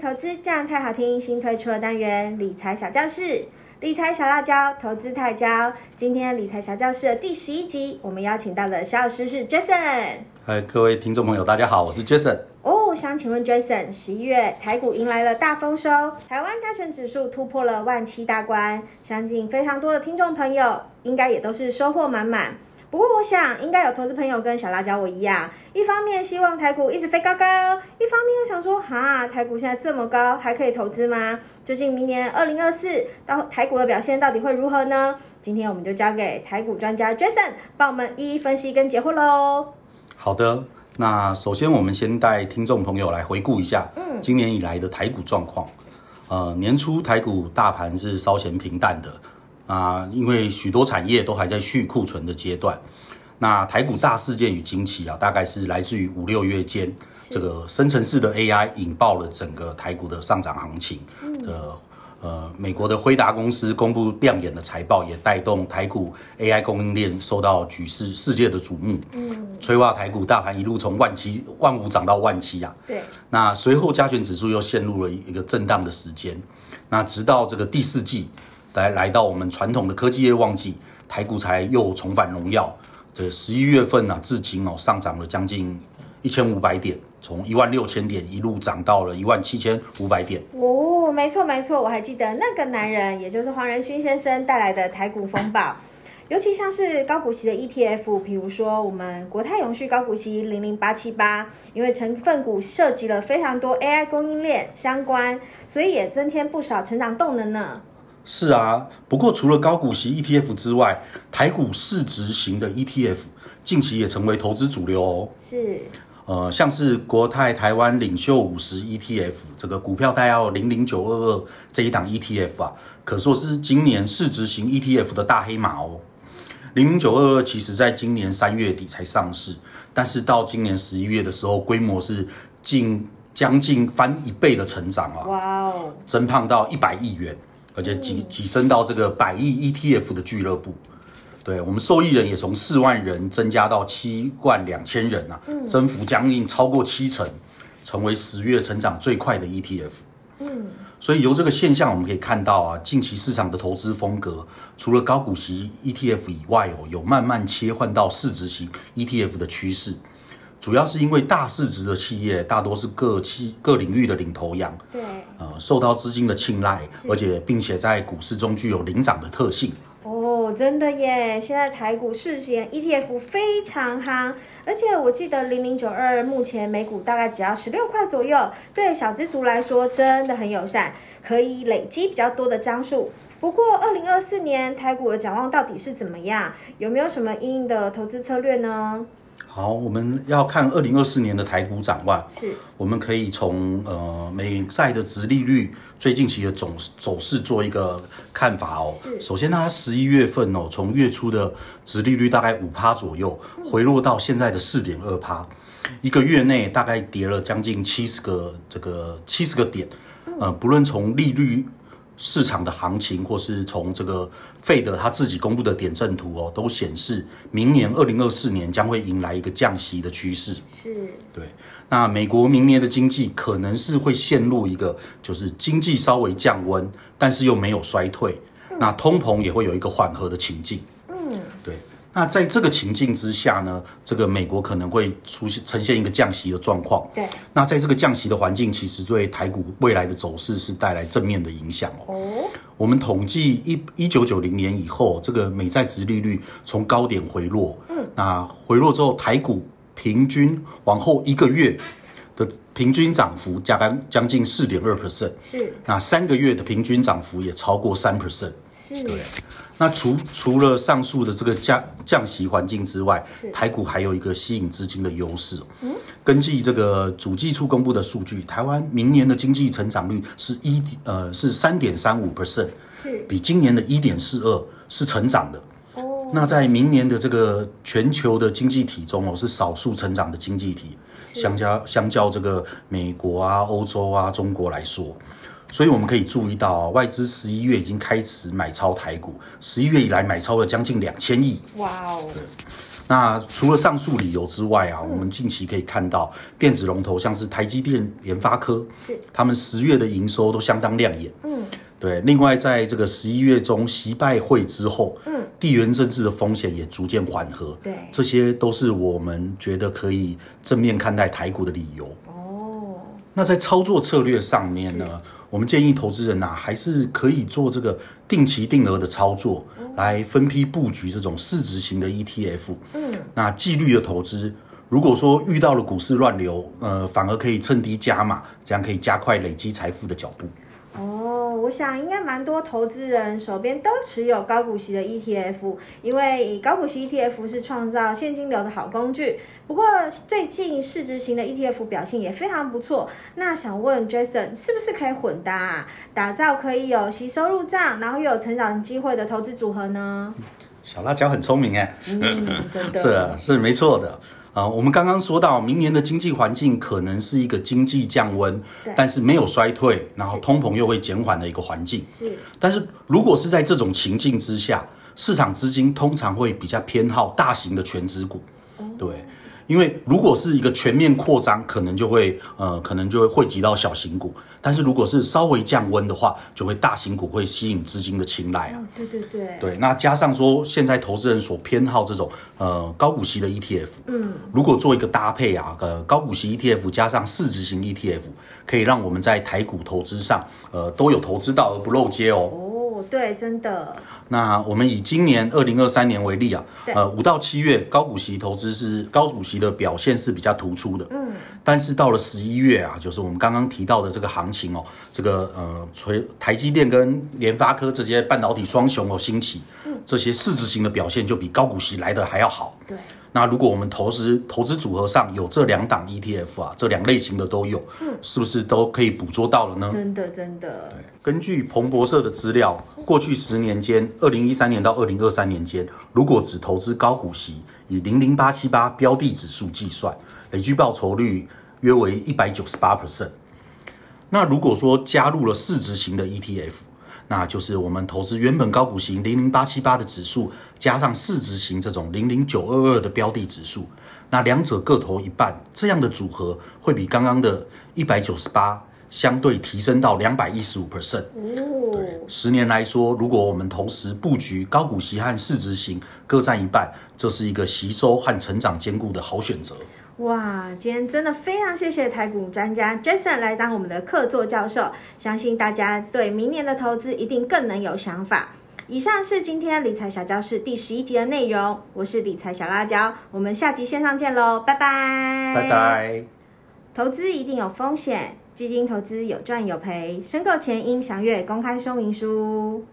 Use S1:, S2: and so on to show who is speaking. S1: 投资这样太好听，新推出的单元理财小教室，理财小辣椒，投资太椒。今天理财小教室的第十一集，我们邀请到的小老师是 Jason。
S2: 嗨，呃各位听众朋友，大家好，我是 Jason。
S1: 哦，我想请问 Jason，十一月台股迎来了大丰收，台湾加权指数突破了万七大关，相信非常多的听众朋友应该也都是收获满满。不过我想，应该有投资朋友跟小辣椒我一样，一方面希望台股一直飞高高，一方面又想说，哈，台股现在这么高，还可以投资吗？究竟明年二零二四到台股的表现到底会如何呢？今天我们就交给台股专家 Jason 帮我们一一分析跟解惑喽。
S2: 好的，那首先我们先带听众朋友来回顾一下，
S1: 嗯
S2: 今年以来的台股状况。呃，年初台股大盘是稍显平淡的，啊、因为许多产业都还在去库存的阶段。那台股大事件与惊奇啊，大概是来自于五六月间，这个生成式的 AI 引爆了整个台股的上涨行情。呃呃，美国的辉达公司公布亮眼的财报，也带动台股 AI 供应链受到举世世界的瞩目。
S1: 嗯，
S2: 催化台股大盘一路从万七万五涨到万七啊。
S1: 对，
S2: 那随后加权指数又陷入了一个震荡的时间，那直到这个第四季来来到我们传统的科技业旺季，台股才又重返荣耀。这十一月份啊，至今哦上涨了将近一千五百点，从一万六千点一路涨到了一万七千五百点。
S1: 哦，没错没错，我还记得那个男人，也就是黄仁勋先生带来的台股风暴， 尤其像是高股息的 ETF，比如说我们国泰永续高股息零零八七八，因为成分股涉及了非常多 AI 供应链相关，所以也增添不少成长动能呢。
S2: 是啊，不过除了高股息 ETF 之外，台股市值型的 ETF 近期也成为投资主流哦。
S1: 是，
S2: 呃，像是国泰台湾领袖五十 ETF 这个股票代号零零九二二这一档 ETF 啊，可说是今年市值型 ETF 的大黑马哦。零零九二二其实在今年三月底才上市，但是到今年十一月的时候，规模是近将近翻一倍的成长啊。
S1: 哇哦，
S2: 增胖到一百亿元，而且跻跻身到这个百亿 ETF 的俱乐部。对我们受益人也从四万人增加到七万两千人啊，
S1: 嗯
S2: 增幅将近超过七成，成为十月成长最快的 ETF。
S1: 嗯，
S2: 所以由这个现象我们可以看到啊，近期市场的投资风格除了高股息 ETF 以外哦，有慢慢切换到市值型 ETF 的趋势。主要是因为大市值的企业大多是各企各领域的领头羊，
S1: 对，
S2: 呃，受到资金的青睐，
S1: 是
S2: 而且并且在股市中具有领涨的特性。
S1: 哦，真的耶！现在台股市型 ETF 非常夯，而且我记得零零九二目前每股大概只要十六块左右，对小资族来说真的很友善，可以累积比较多的张数。不过，二零二四年台股的展望到底是怎么样？有没有什么阴影的投资策略呢？
S2: 好，我们要看二零二四年的台股展望，
S1: 是，
S2: 我们可以从呃美债的殖利率最近期的走走势做一个看法哦
S1: 是。
S2: 首先，它十一月份哦，从月初的殖利率大概五趴左右，回落到现在的四点二趴，一个月内大概跌了将近七十个这个七十个点。呃，不论从利率市场的行情，或是从这个费德他自己公布的点阵图哦，都显示明年二零二四年将会迎来一个降息的趋势。
S1: 是，
S2: 对，那美国明年的经济可能是会陷入一个，就是经济稍微降温，但是又没有衰退，那通膨也会有一个缓和的情境。
S1: 嗯，
S2: 对，那在这个情境之下呢，这个美国可能会出现呈现一个降息的状况。
S1: 对，
S2: 那在这个降息的环境，其实对台股未来的走势是带来正面的影响哦。
S1: 哦，
S2: 我们统计一一九九零年以后，这个美债值利率从高点回落，
S1: 嗯，
S2: 那回落之后，台股平均往后一个月的平均涨幅加干将近四点二 percent，
S1: 是，
S2: 那三个月的平均涨幅也超过三 percent。
S1: 是，
S2: 对，那除除了上述的这个降降息环境之外
S1: 是，
S2: 台股还有一个吸引资金的优势。哦
S1: 嗯，
S2: 根据这个主计处公布的数据，台湾明年的经济成长率是一呃是三点三五 percent，
S1: 是，
S2: 比今年的一点四二是成长的。
S1: 哦，
S2: 那在明年的这个全球的经济体中哦，是少数成长的经济体，
S1: 是
S2: 相较相较这个美国啊、欧洲啊、中国来说，所以我们可以注意到、啊，外资十一月已经开始买超台股，十一月以来买超了将近两千亿。
S1: 哇哦，
S2: 那除了上述理由之外啊，我们近期可以看到电子龙头像是台积电、联发科，
S1: 是
S2: 他们十月的营收都相当亮眼。
S1: 嗯，
S2: 对，另外在这个十一月中习拜会之后，
S1: 嗯
S2: 地缘政治的风险也逐渐缓和，
S1: 对
S2: 这些都是我们觉得可以正面看待台股的理由。
S1: 哦，
S2: 那在操作策略上面呢，我们建议投资人呐、还是可以做这个定期定额的操作，来分批布局这种市值型的 ETF。
S1: 嗯，
S2: 那纪律的投资，如果说遇到了股市乱流，呃，反而可以趁低加码，这样可以加快累积财富的脚步。
S1: 哦，我想应该蛮多投资人手边都持有高股息的 ETF，因为高股息 ETF 是创造现金流的好工具。不过最近市值型的 ETF 表现也非常不错，那想问 Jason 是不是可以混搭、啊，打造可以有息收入账，然后又有成长机会的投资组合呢？
S2: 小辣椒很聪明哎，
S1: 嗯真的
S2: 是啊是没错的。啊、我们刚刚说到，明年的经济环境可能是一个经济降温
S1: 对，
S2: 但是没有衰退，然后
S1: 是
S2: 通膨又会减缓的一个环境。
S1: 是
S2: 但是如果是在这种情境之下，市场资金通常会比较偏好大型的全值股，
S1: 哦
S2: 对，因为如果是一个全面扩张，可能就会呃可能就会汇集到小型股，但是如果是稍微降温的话，就会大型股会吸引资金的青睐
S1: 哦。，
S2: 啊
S1: 对对对，
S2: 对，那加上说现在投资人所偏好这种呃高股息的 ETF，
S1: 嗯，
S2: 如果做一个搭配啊，呃高股息 ETF 加上市值型 ETF，可以让我们在台股投资上呃都有投资到而不漏接哦。
S1: 哦，对，真的，
S2: 那我们以今年二零二三年为例啊，
S1: 对
S2: 呃，五到七月高股息投资是高股息的表现是比较突出的，
S1: 嗯，
S2: 但是到了十一月啊，就是我们刚刚提到的这个行情哦，这个呃，垂台积电跟联发科这些半导体双雄哦兴起，这些市值型的表现就比高股息来的还要好。
S1: 对，
S2: 那如果我们投资投资组合上有这两档 ETF 啊，这两类型的都有，
S1: 嗯
S2: 是不是都可以捕捉到了呢？
S1: 真的真的，
S2: 根据彭博社的资料，过去十年间，二零一三年到二零二三年间，如果只投资高股息，以零零八七八标的指数计算，累计报酬率约为一百九十八 percent。那如果说加入了市值型的 ETF，那就是我们投资原本高股息零零八七八的指数，加上市值型这种零零九二二的标的指数，那两者各投一半，这样的组合会比刚刚的一百九十八相对提升到两百一十五 percent。对
S1: 哦，，
S2: 十年来说，如果我们同时布局高股息和市值型各占一半，这是一个吸收和成长兼顾的好选择。
S1: 哇，今天真的非常谢谢台股专家 Jason 来当我们的客座教授，相信大家对明年的投资一定更能有想法。以上是今天理财小教室第十一集的内容，我是理财小辣椒，我们下集线上见喽，拜拜。
S2: 拜。拜。
S1: 投资一定有风险，基金投资有赚有赔，申购前应详阅公开说明书。